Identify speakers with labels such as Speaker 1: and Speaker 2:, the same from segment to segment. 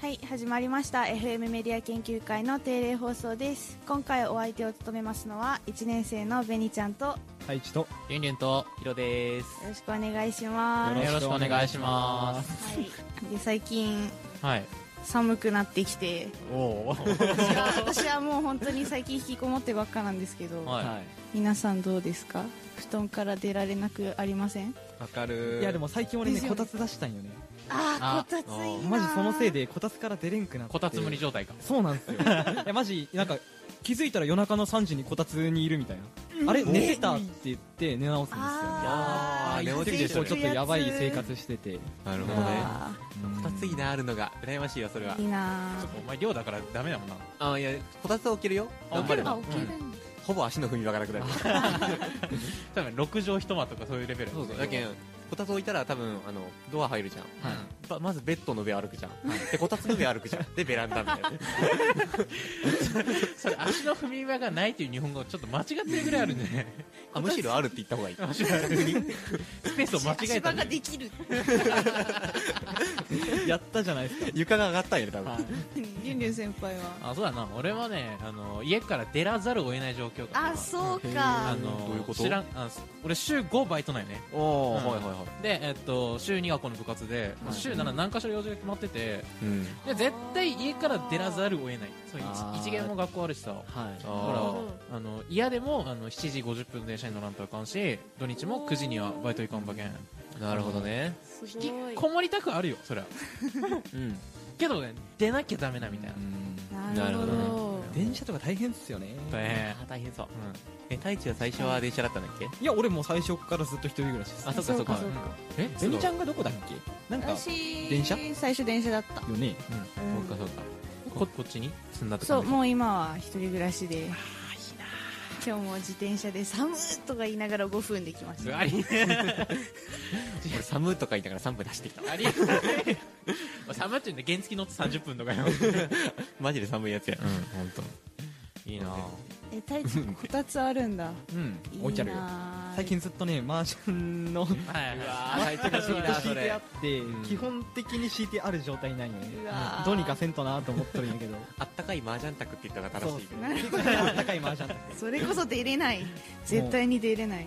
Speaker 1: はい始まりました FM メディア研究会の定例放送です今回お相手を務めますのは1年生のベニちゃんとよ
Speaker 2: 太一と
Speaker 3: りゅんりゅんとひろです
Speaker 1: ろしくお願いします
Speaker 3: よろしくお願いします
Speaker 1: はい、で最近
Speaker 3: はい
Speaker 1: 寒くなってきて
Speaker 3: おお
Speaker 1: 私は私はもう本当に 最近引きこもってばっかなんですけど、
Speaker 3: は
Speaker 1: 皆さんどうですか布団から出られなくありません
Speaker 4: わかる
Speaker 2: いやでも最近俺
Speaker 1: で
Speaker 2: ね
Speaker 1: すよね
Speaker 2: こたつ出したんよね
Speaker 1: あ
Speaker 3: あ
Speaker 1: ーこたついいな
Speaker 2: マジそのせいでこたつから出れんくなっ
Speaker 3: い
Speaker 2: て
Speaker 3: こたつ無理状態か
Speaker 2: そうなんですよいやマジなんか気づいたら夜中の3時にこたつにいるみたいなあれ寝てたって言って寝直すんですよ
Speaker 1: あ
Speaker 4: いやー寝落ち
Speaker 2: 結
Speaker 4: でしょ
Speaker 2: 構
Speaker 4: ね
Speaker 2: ちょっとやばい生活してて
Speaker 4: なるほどね
Speaker 1: あ
Speaker 4: こたついいなあるのが羨ましいよそれは
Speaker 1: ーいいな
Speaker 3: ちょっとお前寮だからダメだもんな
Speaker 4: あいやこたつは置けるよ
Speaker 3: あ
Speaker 4: 頑張
Speaker 3: 置け
Speaker 4: れ
Speaker 3: る
Speaker 4: ば
Speaker 3: 置ける
Speaker 1: ん
Speaker 4: ほぼ足の踏み場がなくなる
Speaker 3: 多分6畳一間とかそういうレベル
Speaker 4: そうそうだけんこたつ置いたら多分あのドア入るじゃん
Speaker 2: はい
Speaker 4: ばまずベッドの上歩くじゃんでこたつの上歩くじゃんでベランダみたい な
Speaker 3: それ足の踏み場がないという日本語ちょっと間違ってるぐらいあるんでね
Speaker 4: あむしろあるって言った方がいい
Speaker 3: 足の踏み スペースを間違えた
Speaker 1: 足場ができる
Speaker 2: やったじゃないですか
Speaker 4: 床が上がったんやね多分
Speaker 3: はい
Speaker 1: りゅんりゅん先輩は
Speaker 3: あそうだな俺はねあの家から出らざるを得ない状況かな
Speaker 1: あそう
Speaker 2: へ
Speaker 1: か
Speaker 2: ー
Speaker 3: あの
Speaker 4: どういうこと
Speaker 3: 知らんあ俺週5バイトなんよね
Speaker 4: おお
Speaker 3: うん
Speaker 4: はいはいはい
Speaker 3: で、えっと、週2学校の部活で、
Speaker 2: はい
Speaker 3: 週7何か所用事が決まってて
Speaker 4: うん
Speaker 3: で絶対家から出らざるを得ないそう
Speaker 2: あー
Speaker 3: 一一限も学校あるしさ
Speaker 2: はい
Speaker 4: あ
Speaker 3: だか
Speaker 1: なる
Speaker 3: ら
Speaker 4: ー
Speaker 1: ほど
Speaker 3: あの嫌でもあの7時50分の電車に乗らんとあかんし土日も9時にはバイト行かんばけん
Speaker 4: なるほどね
Speaker 1: す
Speaker 3: 引
Speaker 1: ご
Speaker 3: き
Speaker 1: い
Speaker 3: こもりたくあるよそりゃ
Speaker 4: うん
Speaker 3: けどね出なきゃダメなみたいな
Speaker 1: な
Speaker 4: な
Speaker 1: る
Speaker 4: る
Speaker 1: ほ
Speaker 4: ほ
Speaker 1: ど
Speaker 4: どね
Speaker 2: 電車とか大変っすよね
Speaker 3: 大変
Speaker 4: あー大変そう
Speaker 3: うん
Speaker 4: え太一は最初は電車だったんだっけ
Speaker 2: いや俺もう最初からずっと一人暮らしです
Speaker 4: あそっかそっか
Speaker 1: そうか
Speaker 3: え
Speaker 2: ゼミちゃんがどこだっけなんかよ
Speaker 1: 私
Speaker 2: 電車
Speaker 1: 最初電車だった、
Speaker 2: ね
Speaker 1: うん
Speaker 4: そうかそうか
Speaker 3: ここっちに
Speaker 4: 積んだと
Speaker 1: そ
Speaker 4: か
Speaker 1: うもう今は一人暮らしで今日も自転車で寒いとか言いながら5分できました
Speaker 3: ありえない
Speaker 4: 俺寒いとか言いながら3分出してきた
Speaker 3: ありえ ない寒っちゃうんで原付乗って30分とかよ
Speaker 4: マジで寒いやつやうん本当。
Speaker 3: いいな
Speaker 1: え太一こたつあるんだ
Speaker 2: うん
Speaker 1: いいな
Speaker 2: 置いてあるよ最近ずっとねマンションの
Speaker 3: はいうは
Speaker 4: わー太一らしいな
Speaker 2: 敷い
Speaker 4: そ
Speaker 2: て
Speaker 4: れ
Speaker 2: あって、
Speaker 4: ん
Speaker 2: 基本的に敷いてある状態なんよね
Speaker 1: うわー
Speaker 2: どうにかせんとなと思っとるんやけど
Speaker 4: あったかい麻雀卓って言った方が正しいけど
Speaker 1: なるほど
Speaker 2: 高い麻雀
Speaker 1: それこそ出れない絶対に出れない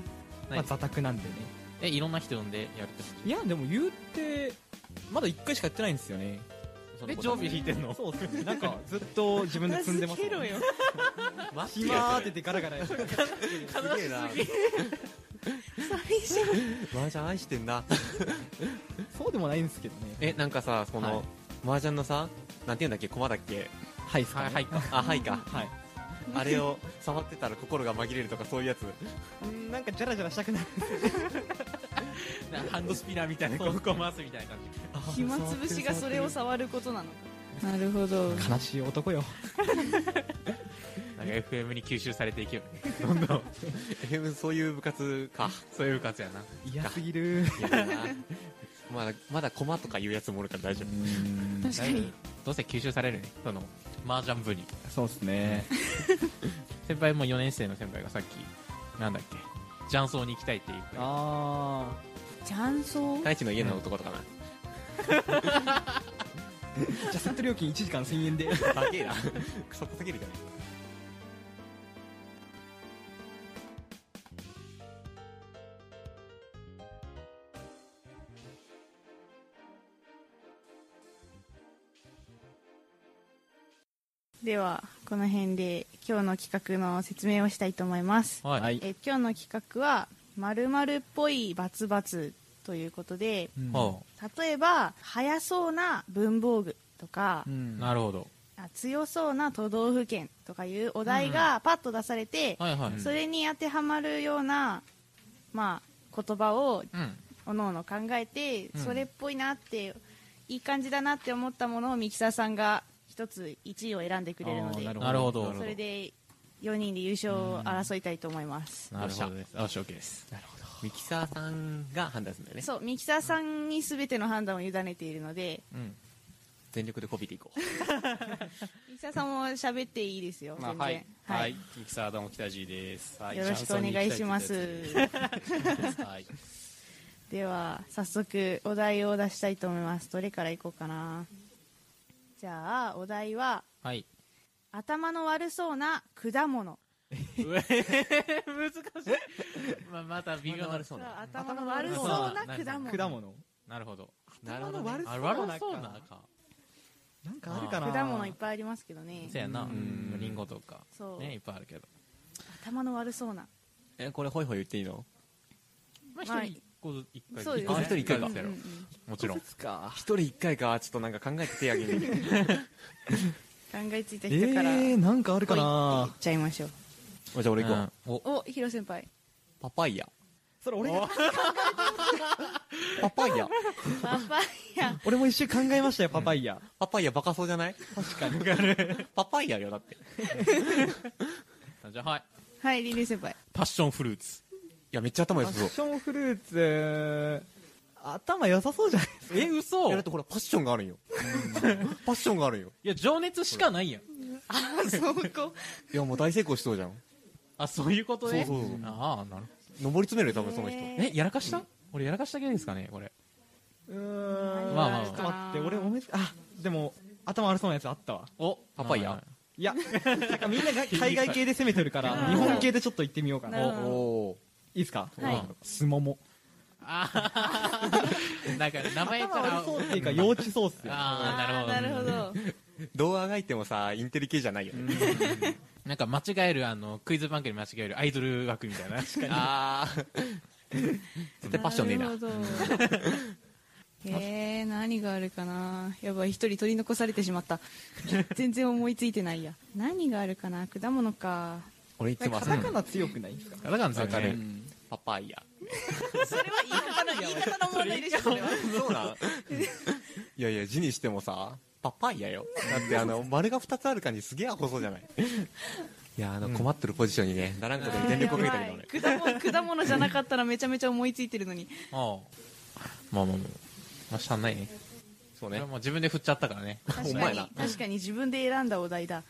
Speaker 2: まあ座卓なんでね
Speaker 3: えいろんな人呼んでやるって感
Speaker 2: いやでも言うてまだ1回しかやってないんですよね
Speaker 3: じで常備引いてんの
Speaker 2: そうっすねなんかずっと自分で積んでます
Speaker 1: 片付けろよ
Speaker 4: マジで
Speaker 2: 暇ーって言ってガラガ ラやって
Speaker 4: 悲しすぎ
Speaker 1: 寂しい
Speaker 4: 麻雀愛してんな
Speaker 2: そうでもないんですけどね
Speaker 4: えなんかさそ
Speaker 2: は
Speaker 4: の麻雀のさなんて言うんだっけ駒だっけ
Speaker 2: はいっすか
Speaker 3: は
Speaker 2: ね
Speaker 3: いはい
Speaker 4: あはいか
Speaker 2: はい
Speaker 4: あれを触ってたら心が紛れるとかそういうやつ
Speaker 2: うんなんかジャラジャラしたくなる
Speaker 3: ハンドスピナーみたいなこうこう回すみたいな感じ
Speaker 1: 暇つぶしがそれを触ることなのかなるほど
Speaker 2: 悲しい男よ
Speaker 3: なんか FM に吸収されていけるね
Speaker 4: FM そういう部活 か
Speaker 3: そういう部活やな
Speaker 2: 嫌すぎる
Speaker 4: いやだなまだまだ駒とかいうやつもおるから大丈夫
Speaker 1: 確かに
Speaker 3: どうせ吸収されるねその麻雀部に
Speaker 2: そうっすね
Speaker 3: 先輩も4年生の先輩がさっきなんだっけ雀荘に行きたいって言って
Speaker 2: あ
Speaker 1: 雀荘
Speaker 4: 太一の家の男とかな
Speaker 2: あじゃあセット料金1時間1000円で
Speaker 4: 高えなクソすぎるじゃない
Speaker 1: ではこの辺で今日の企画の説明をしたいと思います
Speaker 3: はい、
Speaker 2: はい
Speaker 1: え今日の企画は「まるっぽいバツバツ」ということで
Speaker 3: ほ
Speaker 1: 例えば速そうな文房具とか、
Speaker 3: うなるほど
Speaker 1: あ強そうな都道府県とかいうお題がパッと出されて、
Speaker 3: はいはい
Speaker 1: それに当てはまるような、まあ、言葉を
Speaker 3: うん
Speaker 1: おのおの考えて、
Speaker 3: うん
Speaker 1: それっぽいなっていい感じだなって思ったものをミキサーさんが一つ1位を選んでくれるの
Speaker 2: あー
Speaker 1: で
Speaker 2: なる
Speaker 3: なるほど
Speaker 1: それで4人で優勝を争いたいと思います、
Speaker 3: なるほどですよし OK ですなるほど
Speaker 4: ミキサーさんが判断するんだよね
Speaker 1: そうミキサーさんに全ての判断を委ねているので
Speaker 3: うん
Speaker 4: 全力でこびていこう
Speaker 1: ミキサーさんも喋っていいです よ、
Speaker 5: まあ、
Speaker 1: 全然、
Speaker 5: はい、はい、ミキサーどうも北地です、は
Speaker 1: よろしくお願いします。
Speaker 5: はい、
Speaker 1: では早速お題を出したいと思いますどれからいこうかなじゃあお題は
Speaker 3: はい。
Speaker 1: 頭の悪そうな果物
Speaker 3: 難しい。まあ、また微妙な。
Speaker 4: そ
Speaker 1: さあ頭の悪そうな果物
Speaker 2: 果物
Speaker 3: なるほど。
Speaker 4: なるほどね
Speaker 3: あ悪そうなか。
Speaker 2: なんかあるかな
Speaker 1: 果物いっぱいありますけどね
Speaker 3: せやな。
Speaker 4: ん
Speaker 3: リンゴとか。
Speaker 1: そう
Speaker 3: ね、いっぱいあるけど。
Speaker 1: 頭の悪そうな
Speaker 4: えこれホイホイ言っていいの
Speaker 3: まあ、
Speaker 1: はい
Speaker 3: 一人一個ず一回
Speaker 1: そうです
Speaker 4: ね
Speaker 3: あ一人一回
Speaker 4: うん
Speaker 3: か
Speaker 4: う。ん
Speaker 1: うんうん
Speaker 3: もちろん。
Speaker 4: か一人一回かちょっとなんか考えて手あ げる
Speaker 1: 考えついた
Speaker 2: え
Speaker 1: 人から、
Speaker 2: ー、なんかあるか
Speaker 1: 行
Speaker 2: な
Speaker 1: っちゃいましょう
Speaker 4: じゃあ俺行こう、
Speaker 3: うんお
Speaker 1: おヒロ先輩
Speaker 4: パパイヤ
Speaker 2: それ俺が
Speaker 4: パパイヤ
Speaker 1: パパイヤ
Speaker 2: 俺も一瞬考えましたよパパイヤ
Speaker 4: パパイヤバカそうじゃない確かにパパイヤよだってい
Speaker 3: じゃあ、はい。
Speaker 1: はいリリー先輩
Speaker 3: パッションフルーツ。
Speaker 4: やめっちゃ頭良
Speaker 2: パ
Speaker 4: さ
Speaker 2: ッ
Speaker 4: そう
Speaker 2: ションフルーツ頭良さそうじゃないですか
Speaker 3: え、嘘
Speaker 4: いやだ
Speaker 3: い
Speaker 4: ってほらパッションがあるんよパッションがあるんよ
Speaker 3: や、情熱しかないやん。
Speaker 1: あそこ
Speaker 4: いやもう大成功しそうじゃん
Speaker 3: あ、そういうことね。
Speaker 4: そうそうそう
Speaker 3: ああ、なるほ
Speaker 4: 上り詰めるよ多分その人
Speaker 3: ど。え、やらかした俺やらかした系ですかね、これ。
Speaker 2: うーん
Speaker 3: まあまあ
Speaker 2: ちょっと待って俺思いつあでも頭悪そうなやつあったわ
Speaker 3: お、
Speaker 4: パパイヤ
Speaker 3: はい
Speaker 2: いや なんかみんなが 海外系で攻めてるから日本系でちょっと行ってみようか
Speaker 1: な
Speaker 2: な
Speaker 1: る
Speaker 2: い
Speaker 1: ほど
Speaker 4: お
Speaker 2: いですか
Speaker 1: はい
Speaker 2: すもも
Speaker 3: なんか、名前か
Speaker 2: 頭
Speaker 3: ら。
Speaker 2: 悪そうっていうか幼稚そうっすよ
Speaker 3: ああ、なるほど。
Speaker 1: なるほど
Speaker 4: ーどうあがいてもさインテリ系じゃないよね
Speaker 3: なんか間違える、あの、クイズ番組間違えるアイドル枠みたいな。確か
Speaker 4: ああ絶対パッションねえな
Speaker 1: るほどえー、何があるかなやばい一人取り残されてしまった全然思いついてないや何があるかな果物か
Speaker 4: 俺いつも
Speaker 2: カ
Speaker 4: 朝
Speaker 2: タカナ強くないですか
Speaker 3: に。だからですよ
Speaker 4: わかる
Speaker 3: ね。
Speaker 4: パパイヤ
Speaker 1: それは言い方の言い方の問題でしょ それは
Speaker 4: そうなんいやいや字にしてもさパパイヤよだって あの丸が2つある感じすげえアホそうじゃないいやあの困ってるポジションにねならんことに全力をかけたけどね
Speaker 1: 果物果物じゃなかったらめちゃめちゃ思いついてるのに
Speaker 3: ああ。まあまあまあ。まあ、しゃんないね。
Speaker 4: そ
Speaker 3: こ
Speaker 4: う
Speaker 3: れ
Speaker 4: ね
Speaker 3: はもう自分で振っちゃったからね。
Speaker 1: 確
Speaker 4: お
Speaker 1: か
Speaker 4: 前
Speaker 1: に
Speaker 4: な
Speaker 1: 確かに自分で選んだお題だ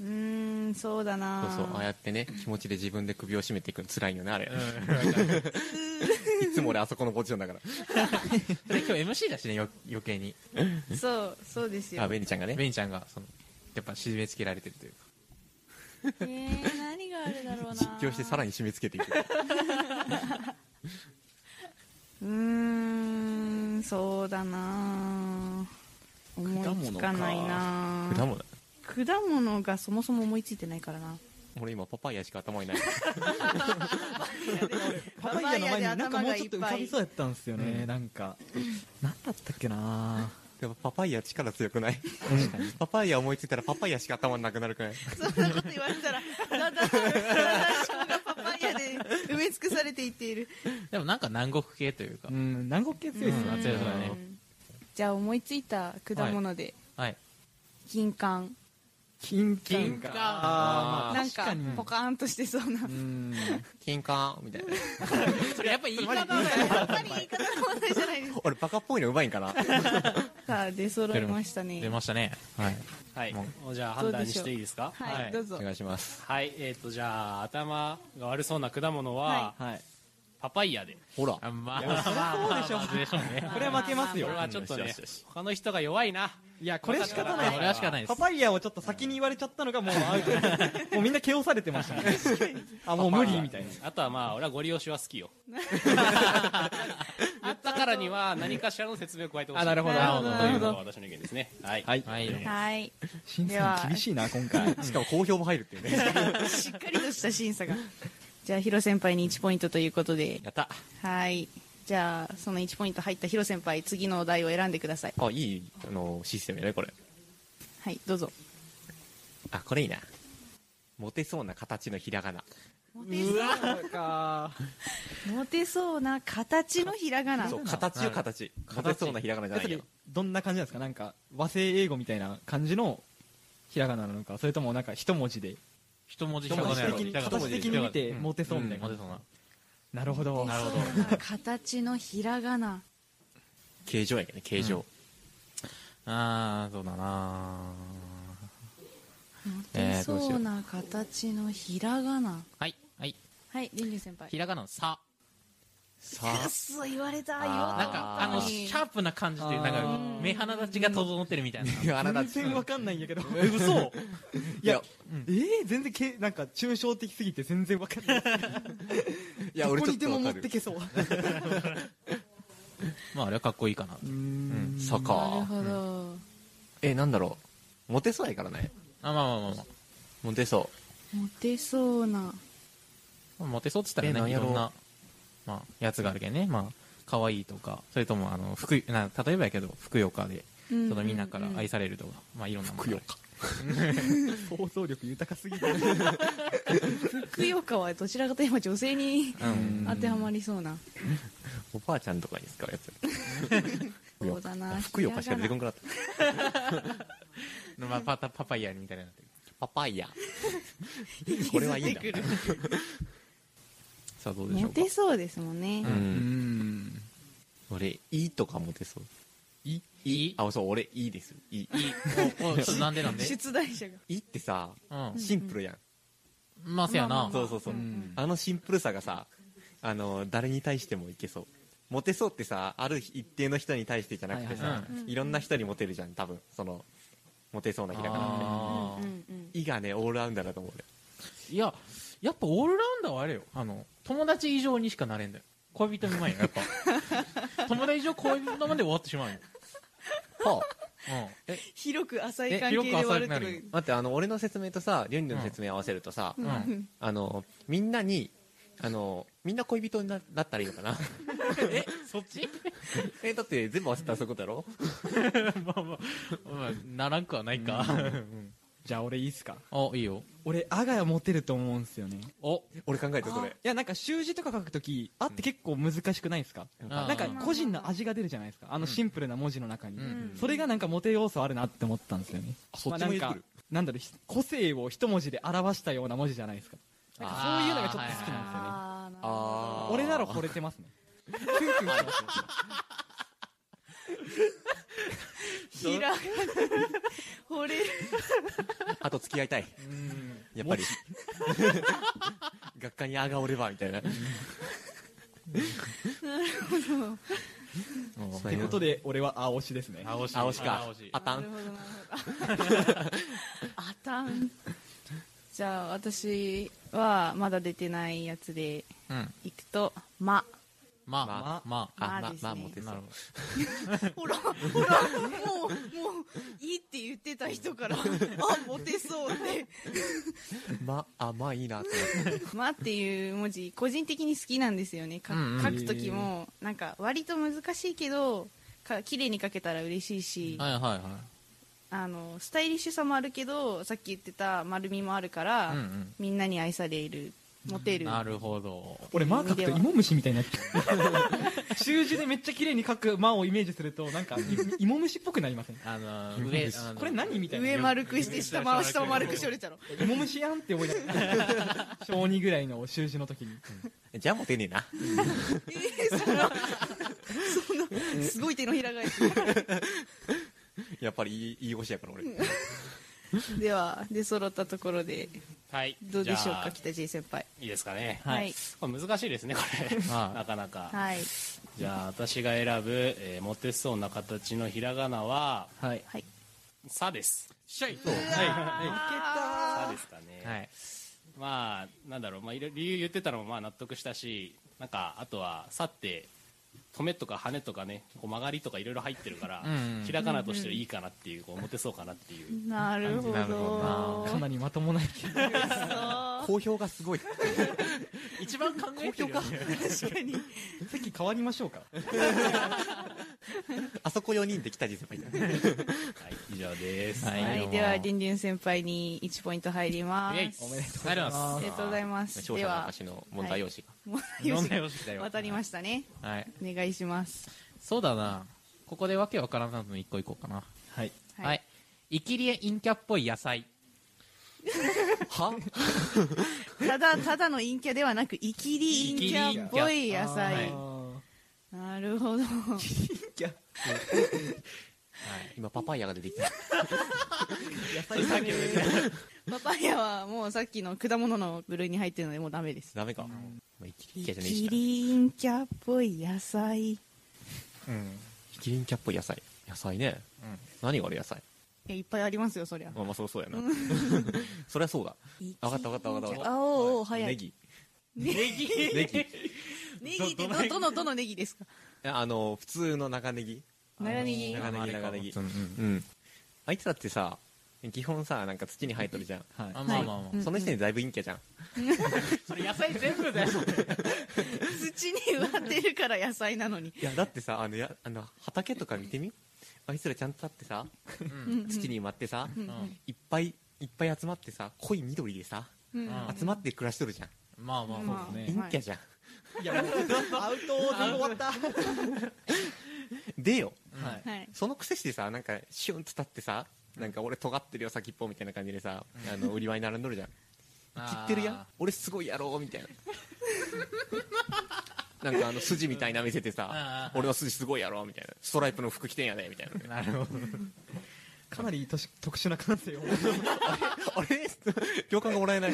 Speaker 1: うーんそうだ
Speaker 4: そう
Speaker 1: な
Speaker 4: そうああやってね気持ちで自分で首を絞めていくの辛いよねあれ、
Speaker 3: うん。
Speaker 4: いつも俺あそこのポジションだから
Speaker 3: それ今日 MC だしね、よ余計に。
Speaker 1: そうそうですよ
Speaker 4: あベニちゃんがね
Speaker 3: ベインちゃんが、その、やっぱ締め付けられてるというか。
Speaker 1: えー、何があるだろうな
Speaker 4: 実況してさら
Speaker 1: に
Speaker 4: に締め付けていく
Speaker 1: うーんそうだな思いつかないな
Speaker 4: 果物
Speaker 1: 果物がそもそも思いついてないからな
Speaker 4: 俺今パパイヤしか頭にない
Speaker 2: パパイヤの前になんかもうちょっと
Speaker 1: 頭
Speaker 2: 浮
Speaker 1: が
Speaker 2: か
Speaker 1: い
Speaker 2: び
Speaker 1: っ
Speaker 2: そうやったんですよねなんかなんだったっけな
Speaker 4: でもパパイヤ力強くない確かにパパイヤ思いついたらパパイヤしか頭になくなるくない
Speaker 1: ぱいそんなこと言われたらだんだんだんだん思考がパパイヤで埋め尽くされていっている
Speaker 3: でもなんか南国系というか
Speaker 2: う。ん南国系強いっす
Speaker 3: うん
Speaker 2: ね
Speaker 3: 強いっすね
Speaker 1: うんじゃあ思いついた果物で、
Speaker 3: はい。
Speaker 1: 金柑
Speaker 2: 金金
Speaker 3: 金
Speaker 2: か
Speaker 3: 柑
Speaker 2: あーま
Speaker 1: な
Speaker 2: あ
Speaker 1: ん
Speaker 2: 確
Speaker 1: か
Speaker 2: かに
Speaker 1: ポカーンとしてそうな
Speaker 2: うん
Speaker 4: 金柑みたいな
Speaker 3: それやっぱ言い方だよ。
Speaker 1: やっぱり言い方の問題じゃないですか
Speaker 4: 俺バカっぽいのうまいんかな
Speaker 1: さあ出揃いましたね
Speaker 3: 出ましたね。はい。
Speaker 5: はい
Speaker 3: も
Speaker 5: じゃあ
Speaker 1: どう
Speaker 5: 判
Speaker 1: でしょう
Speaker 5: 断していいですか
Speaker 1: はい、
Speaker 3: はい
Speaker 1: どうぞ
Speaker 4: お願いします
Speaker 5: はいえっ、とじゃあ頭が悪そうな果物
Speaker 1: は
Speaker 5: は、
Speaker 2: はい
Speaker 5: パパイヤで
Speaker 4: ほら
Speaker 3: あまあ、まあ、そうでしょうね。
Speaker 2: これは負けますよ
Speaker 5: これはちょっと
Speaker 4: よ
Speaker 5: ね
Speaker 4: しよし
Speaker 5: 他の人が弱いない
Speaker 2: やこれ仕方
Speaker 1: は
Speaker 2: ない
Speaker 3: これは仕方ないです
Speaker 2: パ。パイヤをちょっと先に言われちゃったのがもうアウ トもうみんな蹴落されてましたねあもう無理みたいな
Speaker 5: あとはまあ俺はご利用しは好きよ言ったからには何かしらの説明を加えてほしい
Speaker 3: あなるほどなるほど
Speaker 5: というのが私の意見ですねはい、
Speaker 2: はい
Speaker 3: はい。
Speaker 1: はい
Speaker 2: 審
Speaker 1: では
Speaker 2: 査厳しいな今 回
Speaker 4: しかも好評も入るっていう ね
Speaker 1: しっかりとした審査が じゃあヒロ先輩に1ポイントということで
Speaker 4: やった
Speaker 1: はいじゃあその1ポイント入ったヒロ先輩次のお題を選んでください
Speaker 4: あいいあのシステムやねこれ
Speaker 1: はいどうぞ
Speaker 4: あこれいいなモテそうな形のひらがな
Speaker 1: モテそう
Speaker 2: か
Speaker 1: モテそうな形のひらがな
Speaker 4: そう形よ形モテそうなひらがなじゃないよ
Speaker 2: どんな感じなんですかなんか和製英語みたいな感じのひらがななのかそれともなんか一文字で
Speaker 3: 一文字
Speaker 2: 一文字的に
Speaker 3: 一文字
Speaker 2: 形的に見てモテそうみたいな
Speaker 3: うんモテそうな。
Speaker 2: なるほど
Speaker 1: モテそうな形のひらがな
Speaker 4: 形状やけどね形状、
Speaker 3: あー、そうだな
Speaker 1: モテ
Speaker 3: えーどうし
Speaker 1: そ
Speaker 3: よ
Speaker 1: う
Speaker 3: う
Speaker 1: な形のひらがな
Speaker 3: はい、はい。
Speaker 1: はいリンリン先輩
Speaker 3: ひらがなのさ。
Speaker 4: さあ
Speaker 1: そう言われた
Speaker 4: あー
Speaker 1: 言われ
Speaker 3: なん
Speaker 1: た
Speaker 3: か、あの、シャープな感じという、なん
Speaker 2: あ
Speaker 3: か、
Speaker 2: ー
Speaker 3: 目鼻立ちが整ってるみたいな。
Speaker 4: いやあなた
Speaker 2: 全然わかんないんやけどえ嘘い
Speaker 4: いや
Speaker 2: や、えー、全然けなんか抽象的すぎて全然わかんない
Speaker 4: いや
Speaker 2: ど
Speaker 4: 俺
Speaker 2: こ
Speaker 4: ちょ
Speaker 2: に
Speaker 4: っ
Speaker 2: で
Speaker 4: と
Speaker 2: も
Speaker 4: わ
Speaker 2: 持
Speaker 4: か
Speaker 2: っ
Speaker 4: る
Speaker 2: てけそう
Speaker 3: まあ、あれはかっこいいかな。
Speaker 2: うん
Speaker 4: そ
Speaker 1: なる
Speaker 4: か
Speaker 1: ほど、
Speaker 4: えなんだろうモテそうやからね
Speaker 3: あ、まあまあまあま
Speaker 4: モテそ
Speaker 1: モテそうな
Speaker 3: あ。モテそうっつったら
Speaker 4: えな
Speaker 3: ね、
Speaker 4: ん
Speaker 3: い
Speaker 4: やろ
Speaker 3: ろんな、まあ、やつがあるけんね。まあ、可愛いとか、それとも、あの、ふく、な、例えばやけど、ふくよかで、
Speaker 1: そ
Speaker 3: そのみんなから愛されるとか、まあ、いろんなものがある。
Speaker 2: 想像力豊かすぎて
Speaker 1: 福岡はどちらかといえば女性に
Speaker 3: うん。
Speaker 1: 当てはまりそうな
Speaker 4: うおばあちゃんとかに使うやつ
Speaker 1: そうだな
Speaker 4: ふくよかしか出てこなかった
Speaker 3: まあ、パタ、パパイヤみたいになってる。
Speaker 4: パパイヤこれはいいんだ
Speaker 1: 出てくる
Speaker 3: さあ、どうでしょ
Speaker 1: モ
Speaker 3: うか
Speaker 1: テ。そうですもんね、
Speaker 4: う
Speaker 3: うん
Speaker 2: ん
Speaker 4: 俺「い」とかモテそう
Speaker 3: い
Speaker 4: い
Speaker 3: い
Speaker 4: あそう俺「い」ですよ「い」
Speaker 3: いい。お おちょっとなんでなんで
Speaker 1: 出題者が
Speaker 4: 「い」ってさ
Speaker 3: うん。
Speaker 4: シンプルやん
Speaker 3: まあ、せやな。
Speaker 4: そうそうそう、
Speaker 2: ん
Speaker 4: あのシンプルさがさあの誰に対してもいけそうモテそうってさある一定の人に対してじゃなくてさ、
Speaker 3: はいいはい
Speaker 1: はい
Speaker 4: ろんな人にモテるじゃん多分そのモテそうな日だからって
Speaker 3: あ
Speaker 1: う
Speaker 3: ー
Speaker 1: んうん
Speaker 4: 「い」がねオールラウンダーだと思う俺
Speaker 3: いや、やっぱオールラウンダーはあれよ。あの、友達以上にしかなれんだよ。恋人未満よ、やっぱ。 友達以上恋人まで終わってしまうよ。
Speaker 4: は
Speaker 3: うん。え、
Speaker 1: 広く浅
Speaker 3: え
Speaker 1: い関係で終わるってこ
Speaker 3: 広く浅くなるよ
Speaker 1: と
Speaker 4: 待ってあの俺の説明とさりょんりょんの説明合わせるとさ、
Speaker 3: んうん
Speaker 4: あのみんなにあのみんな恋人にななったらいいのかな
Speaker 3: え、そっち
Speaker 4: えだって全部合わせたらそういうことだろ
Speaker 3: まあまあ、まあ、ならんくはないか。
Speaker 2: じゃあ俺いいっすか
Speaker 3: あ、いいよ。
Speaker 2: 俺アガヤモテると思うんすよね
Speaker 3: お、
Speaker 4: 俺考えたそれ
Speaker 2: いやなんか習字とか書くとき「あ」って結構難しくないですか、
Speaker 4: うん
Speaker 2: なんか
Speaker 3: あー
Speaker 2: 個人の味が出るじゃないですかあのシンプルな文字の中に、
Speaker 3: うん
Speaker 2: それがなんかモテ要素あるなって思ったんですよね
Speaker 4: あそっちも言ってく
Speaker 2: まあな
Speaker 4: る
Speaker 2: んかなんだろうひ個性を一文字で表したような文字じゃないですかなんかそういうのがちょっと好きなんですよね
Speaker 1: あー
Speaker 4: あー
Speaker 2: 俺なら惚れてますねクンクンしてますね
Speaker 1: ひ らがな惚れる
Speaker 4: あと付き合いたいやっぱり 学科にあがおればみたいな
Speaker 2: ということで俺は青推しですね
Speaker 3: 青し
Speaker 4: 青しか
Speaker 3: 青し
Speaker 4: あた
Speaker 1: なる
Speaker 4: ん
Speaker 1: ほどなるほどあたんじゃあ私はまだ出てないやつで
Speaker 3: うん。
Speaker 1: いくと「ま
Speaker 3: まあ、
Speaker 4: ま
Speaker 3: まあ、まあ。
Speaker 1: まあ
Speaker 4: ま
Speaker 1: ですね
Speaker 4: まあモテ」そ
Speaker 3: な
Speaker 4: う
Speaker 3: るほ
Speaker 1: ほ
Speaker 3: ど。
Speaker 1: らほらもうもういいって言ってた人から「あモテそう」って
Speaker 4: まあまあいいなって思って
Speaker 1: 「ま」っていう文字個人的に好きなんですよねか
Speaker 3: うんうん
Speaker 1: 書く時もなんか割と難しいけどか綺麗に書けたら嬉しいし
Speaker 3: はいはいは
Speaker 1: あのスタイリッシュさもあるけどさっき言ってた丸みもあるから、
Speaker 3: うんうん
Speaker 1: みんなに愛されるモテ
Speaker 3: い。
Speaker 1: る
Speaker 3: なるほど。
Speaker 2: 俺「ま」書くと芋虫みたいになっちゃう 習字でめっちゃ綺麗に書く「ま」をイメージするとなんかい芋虫っぽくなりません
Speaker 3: あの、 上、あの
Speaker 2: これ何みたいな
Speaker 1: 上丸くして下回下も丸くしょれたろ
Speaker 2: 芋虫やんって思いながら小2ぐらいの習字の時に
Speaker 4: じゃあモテねえな
Speaker 1: えーそんなそんなすごい手のひら返し
Speaker 4: やっぱりいいいい推しやから俺
Speaker 1: では出揃ったところで
Speaker 5: はい
Speaker 1: どうでしょう
Speaker 5: じゃあ
Speaker 1: か北 J 先輩
Speaker 5: いいですかね
Speaker 1: はい、
Speaker 5: これ難しいですねこれ
Speaker 3: はい
Speaker 5: なかなか
Speaker 1: はい
Speaker 5: じゃあ私が選ぶ、えーモテそうな形のひらがなは
Speaker 2: はい
Speaker 1: はい
Speaker 5: 「さ」です
Speaker 3: シャイ
Speaker 5: 「
Speaker 1: あ
Speaker 5: さ」ですかね、
Speaker 3: はい。
Speaker 5: まあなんだろう、まあ、いろ理由言ってたのもまあ納得したしなんかあとは「さ」って止めとか羽とかねこう曲がりとかいろいろ入ってるから、
Speaker 3: うんうん
Speaker 5: ひらがなとしていいかなっていうこうモテそうかなっていう
Speaker 1: ーなるほど
Speaker 3: なるほ
Speaker 2: かなりまともな意見
Speaker 4: 好評がすごい
Speaker 3: 一番考えてるよね。
Speaker 1: 確かに
Speaker 2: 席変わりましょうか
Speaker 4: あそこ4人で来た先輩いた
Speaker 5: はい、以上です。
Speaker 3: はい
Speaker 1: はいではりんりん先輩に1ポイント入ります
Speaker 3: イェイ
Speaker 2: おめでとう
Speaker 3: ありがとうござい
Speaker 1: あ
Speaker 3: ま
Speaker 1: りがとうございます
Speaker 4: 勝
Speaker 1: で
Speaker 4: 者の
Speaker 1: は
Speaker 4: 証の問題用紙が
Speaker 1: 問
Speaker 3: す。問題
Speaker 1: 題
Speaker 3: 用
Speaker 1: 用
Speaker 3: 紙だ
Speaker 1: 紙
Speaker 3: よ。
Speaker 1: 渡りましたね
Speaker 3: はい。
Speaker 1: お願いします
Speaker 3: そうだな。ここでわけわからんの一個いこうかな。
Speaker 2: はい
Speaker 3: はい。イキリエ陰キャっぽい野菜。
Speaker 4: は
Speaker 1: ただただの陰キャではなくイキリ陰キャっぽい野
Speaker 3: は
Speaker 1: 菜
Speaker 3: い
Speaker 1: なるほど
Speaker 4: 今パパイヤが出てきた。
Speaker 3: さっきも言ってた
Speaker 1: パパイヤはもうさっきの果物の部類に入ってるのでもうダメです
Speaker 4: ダメか。まあ、キリンキャじゃねえし
Speaker 1: キ
Speaker 4: な。
Speaker 1: リンキャっぽい野菜
Speaker 3: うん
Speaker 4: キリンキャっぽい野菜。野菜ね。
Speaker 3: うん
Speaker 4: 何がある野菜
Speaker 1: いやいっぱいありますよそりゃ
Speaker 4: まあまあ、そりゃそうやな。 そりゃそうだ。わかったわかったわかったわかった。
Speaker 1: あおーおー
Speaker 4: は
Speaker 1: 早い
Speaker 4: ネギ。
Speaker 1: ネギ
Speaker 4: ネギ。
Speaker 1: ネギって
Speaker 3: ど
Speaker 1: どどのどのネギですか
Speaker 4: あの、普通の長ネギ。
Speaker 1: 長ネギ
Speaker 4: 長ネギ、長ネギ。うん。あいつらってさ、基本さ、なんか土に生えとるじゃん。
Speaker 2: はい
Speaker 3: あまあまあま
Speaker 1: うん
Speaker 4: その時点でだいぶ陰キャじゃん。
Speaker 3: あそれ野菜全部だよ
Speaker 1: 土に植わってるから野菜なのに
Speaker 4: いや、だってさ、あの、やあの畑とか見てみあいつらちゃんと立ってさ、土に埋まってさ、
Speaker 1: うん
Speaker 3: うん
Speaker 4: いっぱいいっぱい集まってさ、濃い緑でさ、
Speaker 1: うん
Speaker 3: あ
Speaker 4: 集まって暮らしとるじゃん。
Speaker 3: まあまあまあ
Speaker 1: まあ
Speaker 2: ね
Speaker 4: 陰キャじゃん。
Speaker 2: いやもうアウトで終わった
Speaker 4: でよ、
Speaker 3: はい
Speaker 1: はい
Speaker 4: そのくせしてさ、なんか、シュンと立ってさ、なんか俺尖ってるよ先っぽみたいな感じでさ、あの、売り場に並んどるじゃ ん。切ってるやん
Speaker 3: あ
Speaker 4: 俺すごいやろうみ たいななんかあの筋みたいな見せてさ
Speaker 3: あー
Speaker 4: 俺の筋すごいやろみたいなストライプの服着てんやねみ たい
Speaker 3: ーな
Speaker 4: な
Speaker 3: るほど
Speaker 2: かなりとし特殊な感性を
Speaker 4: あれ共感がもらえない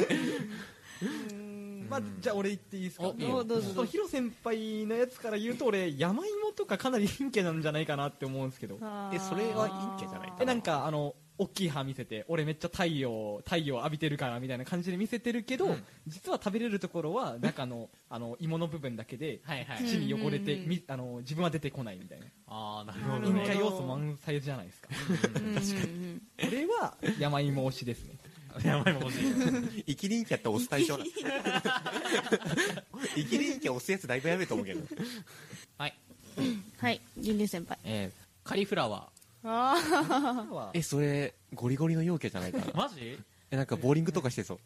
Speaker 2: まあ、じゃあ俺言っていいですか
Speaker 3: おいい
Speaker 1: よどうぞどうぞ
Speaker 2: ちょっとヒロ先輩のやつから言うと俺山芋とかかなり陰キャなんじゃないかなって思うんですけど
Speaker 4: えそれは陰キャじゃない
Speaker 2: えなんかあの大きい歯見せて俺めっちゃ太陽太陽浴びてるからみたいな感じで見せてるけど、
Speaker 3: うん
Speaker 2: 実は食べれるところは中のあの芋の部分だけで
Speaker 3: はいはい
Speaker 2: 土に汚れて、
Speaker 1: うんうんうん
Speaker 2: みあの自分は出てこないみたいな
Speaker 3: ああなる
Speaker 1: ほ
Speaker 3: ほ
Speaker 1: ど
Speaker 3: ど
Speaker 2: 陰
Speaker 1: ね
Speaker 2: キャ要素満載じゃないですか
Speaker 1: 確かに
Speaker 2: これは山芋推しですね
Speaker 3: やばいもん欲しい
Speaker 4: 生きりんきゃって押す対象 な生きりんきゃ押すやつだいぶやべえと思うけど
Speaker 3: はい
Speaker 1: はい銀龍先輩
Speaker 3: えーカリフラワ
Speaker 1: ああ
Speaker 2: 今は
Speaker 4: えそれゴリゴリの陽キャじゃないか
Speaker 3: ー
Speaker 4: な
Speaker 3: マジ
Speaker 4: えなんかボーリングとかしてそ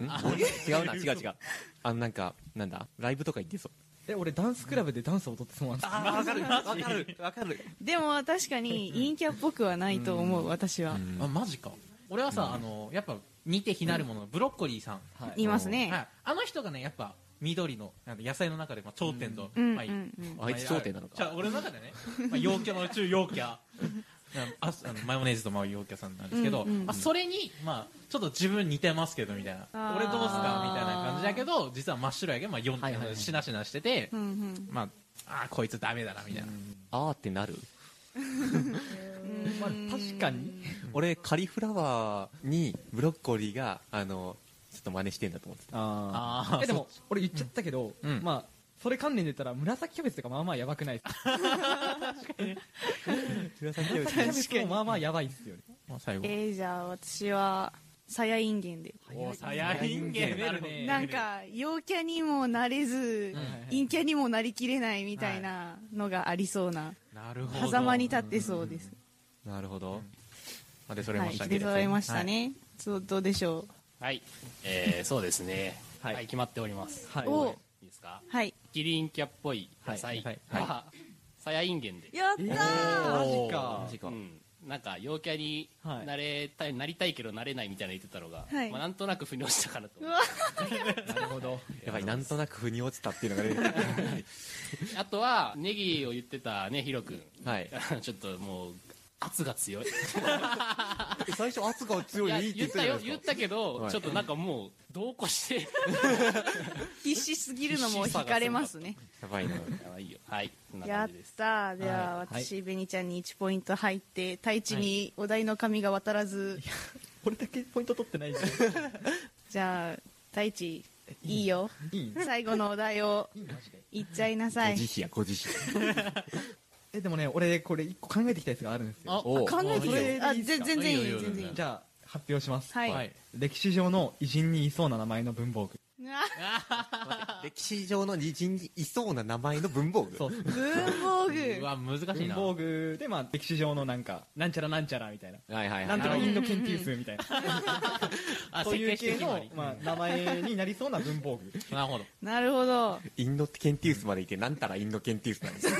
Speaker 4: うん
Speaker 3: あ
Speaker 4: ボーリング違うな違う違うあのなんかなんだライブとか行ってそう
Speaker 2: え俺ダンスクラブでダンス踊ってそうなんです
Speaker 4: あわかるわかるわかる
Speaker 1: でも確かに陰キャっぽくはないと思う私は
Speaker 3: あマジか俺はさあのやっぱ似て非なるものブロッコリーさん
Speaker 1: います
Speaker 3: は
Speaker 1: ね
Speaker 3: いあの人がねやっぱ緑のなんか野菜の中でまあ頂点と
Speaker 1: うんうん
Speaker 3: まあ
Speaker 1: うん
Speaker 4: あいつ頂点なのか
Speaker 3: じゃあ俺の中でね、まあ、陽キャのうち陽キャああのマヨネーズとマヨ陽キャさんなんですけど、
Speaker 1: うんうんうん
Speaker 3: まあ、それに、まあ、ちょっと自分似てますけどみたいな
Speaker 1: あー
Speaker 3: 俺どうすかみたいな感じだけど実は真っ白やけど、まあ、4
Speaker 4: はいはいはい
Speaker 3: しなしなしてて、
Speaker 1: うんうん
Speaker 3: まああーこいつダメだなみたいな、
Speaker 4: あーってなる
Speaker 2: まあ、確かに
Speaker 4: 俺カリフラワーにブロッコリーがあのちょっと真似してんだと思ってた
Speaker 2: あ
Speaker 3: あー
Speaker 2: えでも俺言っちゃったけど、
Speaker 3: うん
Speaker 2: まあそれ関連で言ったら紫キャベツとかまあまあやばく ないですか
Speaker 4: 紫
Speaker 2: 紫キャベツもまあまあやばいっすよね
Speaker 3: まあ、最後
Speaker 1: えーじゃあ私はさやいんげんで
Speaker 3: おさやインゲンなるね
Speaker 1: なんか陽キャにもなれず
Speaker 3: ん
Speaker 1: 陰キャにもなりきれないみたいなのがありそうな
Speaker 3: なるほど
Speaker 1: 狭間に立ってそうです
Speaker 4: なるほど、まあ、でそれ
Speaker 1: は
Speaker 4: ま
Speaker 1: い
Speaker 4: した
Speaker 1: 出
Speaker 4: けど、
Speaker 1: 揃えましたねそうどうでしょ
Speaker 5: はい、えー、そうですね、
Speaker 2: は
Speaker 5: はいい、決まっております。
Speaker 2: は
Speaker 1: うお
Speaker 5: いいですか
Speaker 1: はい
Speaker 5: キリンキャっぽい野菜
Speaker 2: はいはい
Speaker 5: は、さやいんげんで、
Speaker 1: やったー
Speaker 2: マジか
Speaker 4: マジ
Speaker 5: う
Speaker 4: か
Speaker 5: ん、なんか陽キャに
Speaker 2: はい
Speaker 5: なれたい、なりたいけどなれないみたいな言ってたのが、
Speaker 1: はい
Speaker 5: まあ、なんとなく腑に落ちたかなと
Speaker 1: う
Speaker 5: 思う
Speaker 1: わ
Speaker 2: なるほど
Speaker 4: やっぱりなんとなく腑に落ちたっていうのがね
Speaker 5: あとはネギを言ってたねヒロ君
Speaker 4: はい
Speaker 5: ちょっともう圧が強い
Speaker 4: 最初圧が強
Speaker 5: い
Speaker 4: い
Speaker 5: や
Speaker 4: いいって
Speaker 5: 言
Speaker 4: 言
Speaker 5: っ
Speaker 4: ってたじゃないですか
Speaker 5: たよ言ったけど、
Speaker 4: はい
Speaker 5: ちょっとなんかもう同行して
Speaker 1: 必死すぎるのも惹かれますね
Speaker 4: やばいな
Speaker 5: やばいよはいそんな
Speaker 1: や
Speaker 5: 感
Speaker 1: っ
Speaker 5: じです
Speaker 1: たーでは
Speaker 2: はい
Speaker 1: 私、ベニちゃんに1ポイント入って太一にお題の紙が渡らず、
Speaker 2: これだけポイント取ってないじゃん
Speaker 1: じゃあ太一いいよ
Speaker 2: いい
Speaker 1: 最後のお題を
Speaker 2: いいマジで
Speaker 1: 言っちゃいなさ
Speaker 4: ご
Speaker 1: い
Speaker 4: 自費やご自費
Speaker 2: えでもね俺これ一個考えてきたやつがあるんですよ
Speaker 4: おう
Speaker 1: 考え
Speaker 2: てき
Speaker 1: て
Speaker 2: た
Speaker 1: るあ
Speaker 2: いい
Speaker 1: ぜ
Speaker 2: です
Speaker 1: 全
Speaker 2: か
Speaker 1: 然いい
Speaker 3: いいよいいよ
Speaker 1: 全然いい
Speaker 2: じゃあ発表します、
Speaker 1: はい、
Speaker 3: はい
Speaker 2: 歴史上の偉人にいそうな名前の文房具
Speaker 1: あ
Speaker 4: 歴史上の偉人にいそうな名前の文房具
Speaker 2: そう
Speaker 1: 文房
Speaker 3: う
Speaker 1: 具
Speaker 3: わ難しい
Speaker 2: 文
Speaker 3: な
Speaker 2: 房具で、まあ、歴史上のなんかなんちゃらなんちゃらみたいな
Speaker 4: はいはいは
Speaker 2: ないんとかインド研究数みたいな
Speaker 3: あ
Speaker 2: そういう
Speaker 3: 設計
Speaker 2: 系
Speaker 3: して決ま
Speaker 2: の
Speaker 3: り、
Speaker 2: まあ、名前になりそうな文房具
Speaker 3: なるほど
Speaker 1: なるほど
Speaker 4: インド研究室までいてなんたらインド研究室なんですよ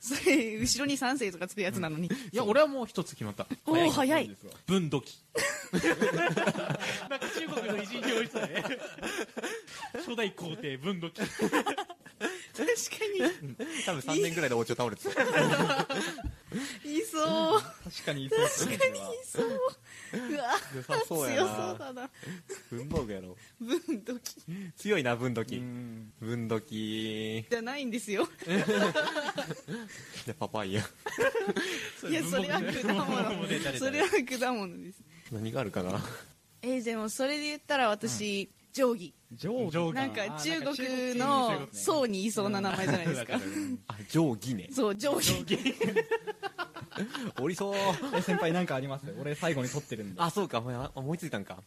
Speaker 1: それ後ろに三世とかつくやつなのに、
Speaker 3: いや俺はもう一つ決まった
Speaker 1: おお早い
Speaker 2: ですわ
Speaker 3: 分度器なんか 中国の偉人に置いてたね初代皇帝分度器
Speaker 5: 確かに
Speaker 4: 多分3年ぐらいでお家を倒れてた
Speaker 1: いそう
Speaker 2: 確かにいそうですね。
Speaker 1: いそううわ
Speaker 4: 良さ そうや
Speaker 1: 強そう
Speaker 4: な
Speaker 1: だな
Speaker 4: 文房具やろ
Speaker 1: 分度器
Speaker 4: 強いな文土
Speaker 2: う
Speaker 4: 器
Speaker 2: ん
Speaker 4: 文土器
Speaker 1: じゃないんですよ
Speaker 4: でパパイヤ
Speaker 1: いやそれは果物それは果物です
Speaker 4: 何があるかな
Speaker 1: えーでもそれで言ったら私、定規
Speaker 2: 上下
Speaker 1: なんか中国
Speaker 3: あーなん
Speaker 1: の
Speaker 3: か中国系ですよね
Speaker 1: 宋にいそうな名前じゃないですか
Speaker 4: あ定規ね
Speaker 1: そう定規
Speaker 4: おりそう
Speaker 2: え先輩なんかあります俺最後に撮ってるんで
Speaker 4: あそうかお前あ思いついたんか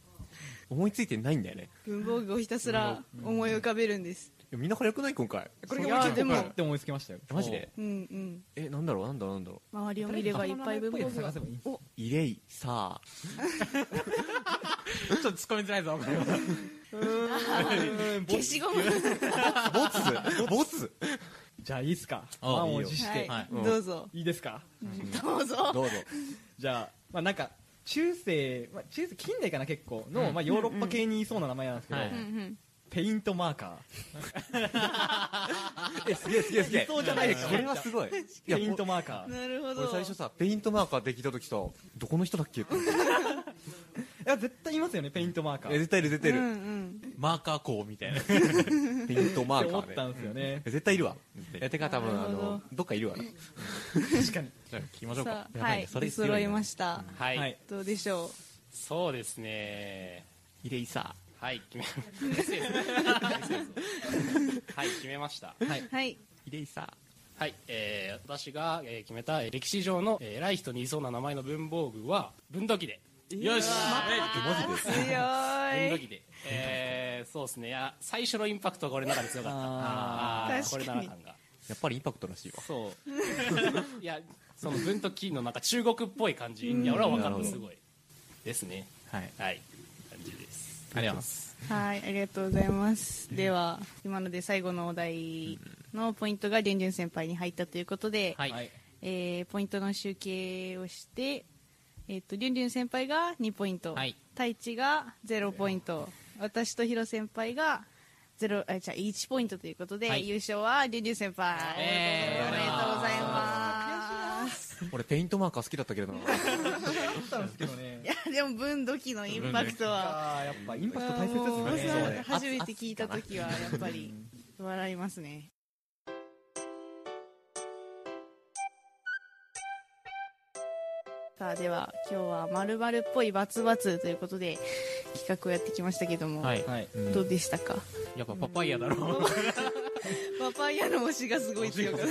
Speaker 4: 思いついてないんだよね
Speaker 1: 文房具をひたすら思い浮かべるんです
Speaker 4: いやみんな早くない今回こ
Speaker 1: れが思
Speaker 2: いや
Speaker 1: いついた
Speaker 2: でも
Speaker 1: これ
Speaker 2: って思いつきましたよ
Speaker 4: マジで
Speaker 1: うんうん
Speaker 4: えなんだろうなんだろうなんだろう
Speaker 1: 周りを見ればいっぱい文房具が
Speaker 2: 探せばいいんです
Speaker 1: お
Speaker 4: イレイサ
Speaker 3: ちょっと突っ込みづらいぞ、これは。
Speaker 1: 消しゴム
Speaker 4: ーボ ツボツ
Speaker 2: じゃあいいっすか
Speaker 3: あ
Speaker 2: 満を持し
Speaker 1: は
Speaker 2: て
Speaker 1: い、
Speaker 3: はい
Speaker 4: うん
Speaker 1: どうぞ
Speaker 2: いいですか
Speaker 1: どうぞ
Speaker 4: どうぞ
Speaker 2: じゃあまあなんか中世まあ中世近代かな結構の
Speaker 3: うん
Speaker 2: まあヨーロッパ系にいそうな名前なんですけど
Speaker 3: はい
Speaker 1: うんうん
Speaker 2: ペイントマーカ
Speaker 4: えすげえすげえすげえ
Speaker 2: いそうじゃないですか
Speaker 4: これはすごい
Speaker 2: ーペイントマーカー
Speaker 1: なるほ
Speaker 4: 俺
Speaker 1: ど
Speaker 4: 最初さペイントマーカーできた時さどこの人だっけって
Speaker 2: いや絶対いますよねペイントマーカー
Speaker 4: え
Speaker 2: っ
Speaker 4: 絶対いる絶
Speaker 1: う
Speaker 4: 対い
Speaker 1: んう
Speaker 4: る、
Speaker 1: ん
Speaker 3: マーカー校みた いな。
Speaker 4: ペイントマ
Speaker 2: て
Speaker 4: ーカ
Speaker 2: 思
Speaker 4: ー
Speaker 2: っ
Speaker 4: ね
Speaker 2: たんですよね
Speaker 4: 絶対いるわえてか多分
Speaker 1: な
Speaker 4: あ
Speaker 1: るほど
Speaker 4: のどっかいるわ
Speaker 2: 確かに
Speaker 3: じゃあ、聞きましょうか
Speaker 1: さ。あ
Speaker 4: やば
Speaker 1: はい
Speaker 4: ね
Speaker 1: い
Speaker 4: それ
Speaker 1: 出
Speaker 4: 強いな
Speaker 1: 揃いました
Speaker 5: はい、
Speaker 2: はい
Speaker 1: どうでしょ
Speaker 5: そうですね
Speaker 4: イレイサ
Speaker 5: はい決めはい決めました
Speaker 1: う はい
Speaker 4: ーイレイサ
Speaker 5: はい、えー私が、えー決めたえー歴史上の、えー偉い人にいそうな名前の文房具は文土器で
Speaker 3: よし
Speaker 4: ーマジ
Speaker 1: 強
Speaker 4: で
Speaker 5: 文土
Speaker 1: い
Speaker 5: 器で、えーそうですねいや最初のインパクトが俺の中で強かった
Speaker 2: あ
Speaker 5: あーこ
Speaker 1: 確
Speaker 5: れ
Speaker 1: か
Speaker 5: な
Speaker 1: に
Speaker 5: ら感が
Speaker 4: やっぱりインパクトらしいわ
Speaker 5: そういやその文土器のなんか中国っぽい感じいや俺は分か
Speaker 4: な
Speaker 5: っ
Speaker 4: るほ
Speaker 5: た
Speaker 4: ど
Speaker 5: すごいですね
Speaker 3: はい。
Speaker 5: はい感じです
Speaker 3: ありがとうございます。
Speaker 1: はい、ありがとうございます。では、今ので最後のお題のポイントが、りゅんりゅん先輩に入ったということで、
Speaker 5: はい、
Speaker 1: えーポイントの集計をして、えっ、と、りゅんりゅん先輩が2ポイント、
Speaker 5: はい
Speaker 1: 太一が0ポイント、私とヒロ先輩が0、あ、じゃあ1ポイントということで、
Speaker 5: はい
Speaker 1: 優勝はりゅんりゅん先輩。
Speaker 5: えー
Speaker 1: おめでとうございます。
Speaker 4: 俺ペイントマーカー好きだった けれどな
Speaker 2: 思ったんですけどね
Speaker 1: いや、でも、分度器のインパクトは。
Speaker 2: あーやっぱインパクト大切
Speaker 1: もう
Speaker 2: ですね
Speaker 1: 初めて聞いた時はやっぱり笑いますねさあでは今日は「まるっぽいバツバツ」ということで企画をやってきましたけども、
Speaker 3: はい。
Speaker 2: はい
Speaker 1: どうでしたか
Speaker 3: やっぱパパイヤだ ろ。
Speaker 1: パパイヤの推しがすごい強かっ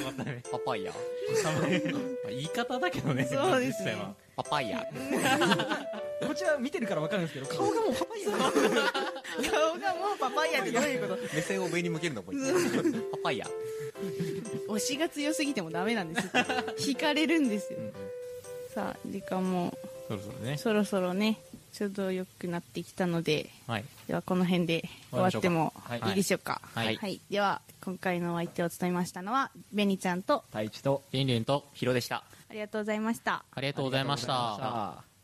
Speaker 4: パパイヤ
Speaker 3: 言い方だけどね。
Speaker 1: そうですね
Speaker 3: 実際は
Speaker 4: パパイヤ
Speaker 2: こっちは見てるから分かるんですけど顔がもうパパイヤなんですよ
Speaker 1: た顔がもうパパイヤってどういうこ
Speaker 4: 目線を上に向けるのもいいパパイヤ
Speaker 1: と推しが強すぎてもダメなんですよ惹かれるんですよさあ時間も
Speaker 3: そろそろね。
Speaker 1: そろそろねちょうど良くなってきたので
Speaker 3: はい。
Speaker 1: ではこの辺で終わっても
Speaker 2: 終わりましょうかはい
Speaker 1: いいでしょうかは、
Speaker 3: はいい
Speaker 1: では今回のお相手を務めましたのはベニちゃんと
Speaker 2: 太一と
Speaker 3: りんりんとひろでした。
Speaker 1: ありがとうございました
Speaker 3: ありがとうございました。
Speaker 2: あ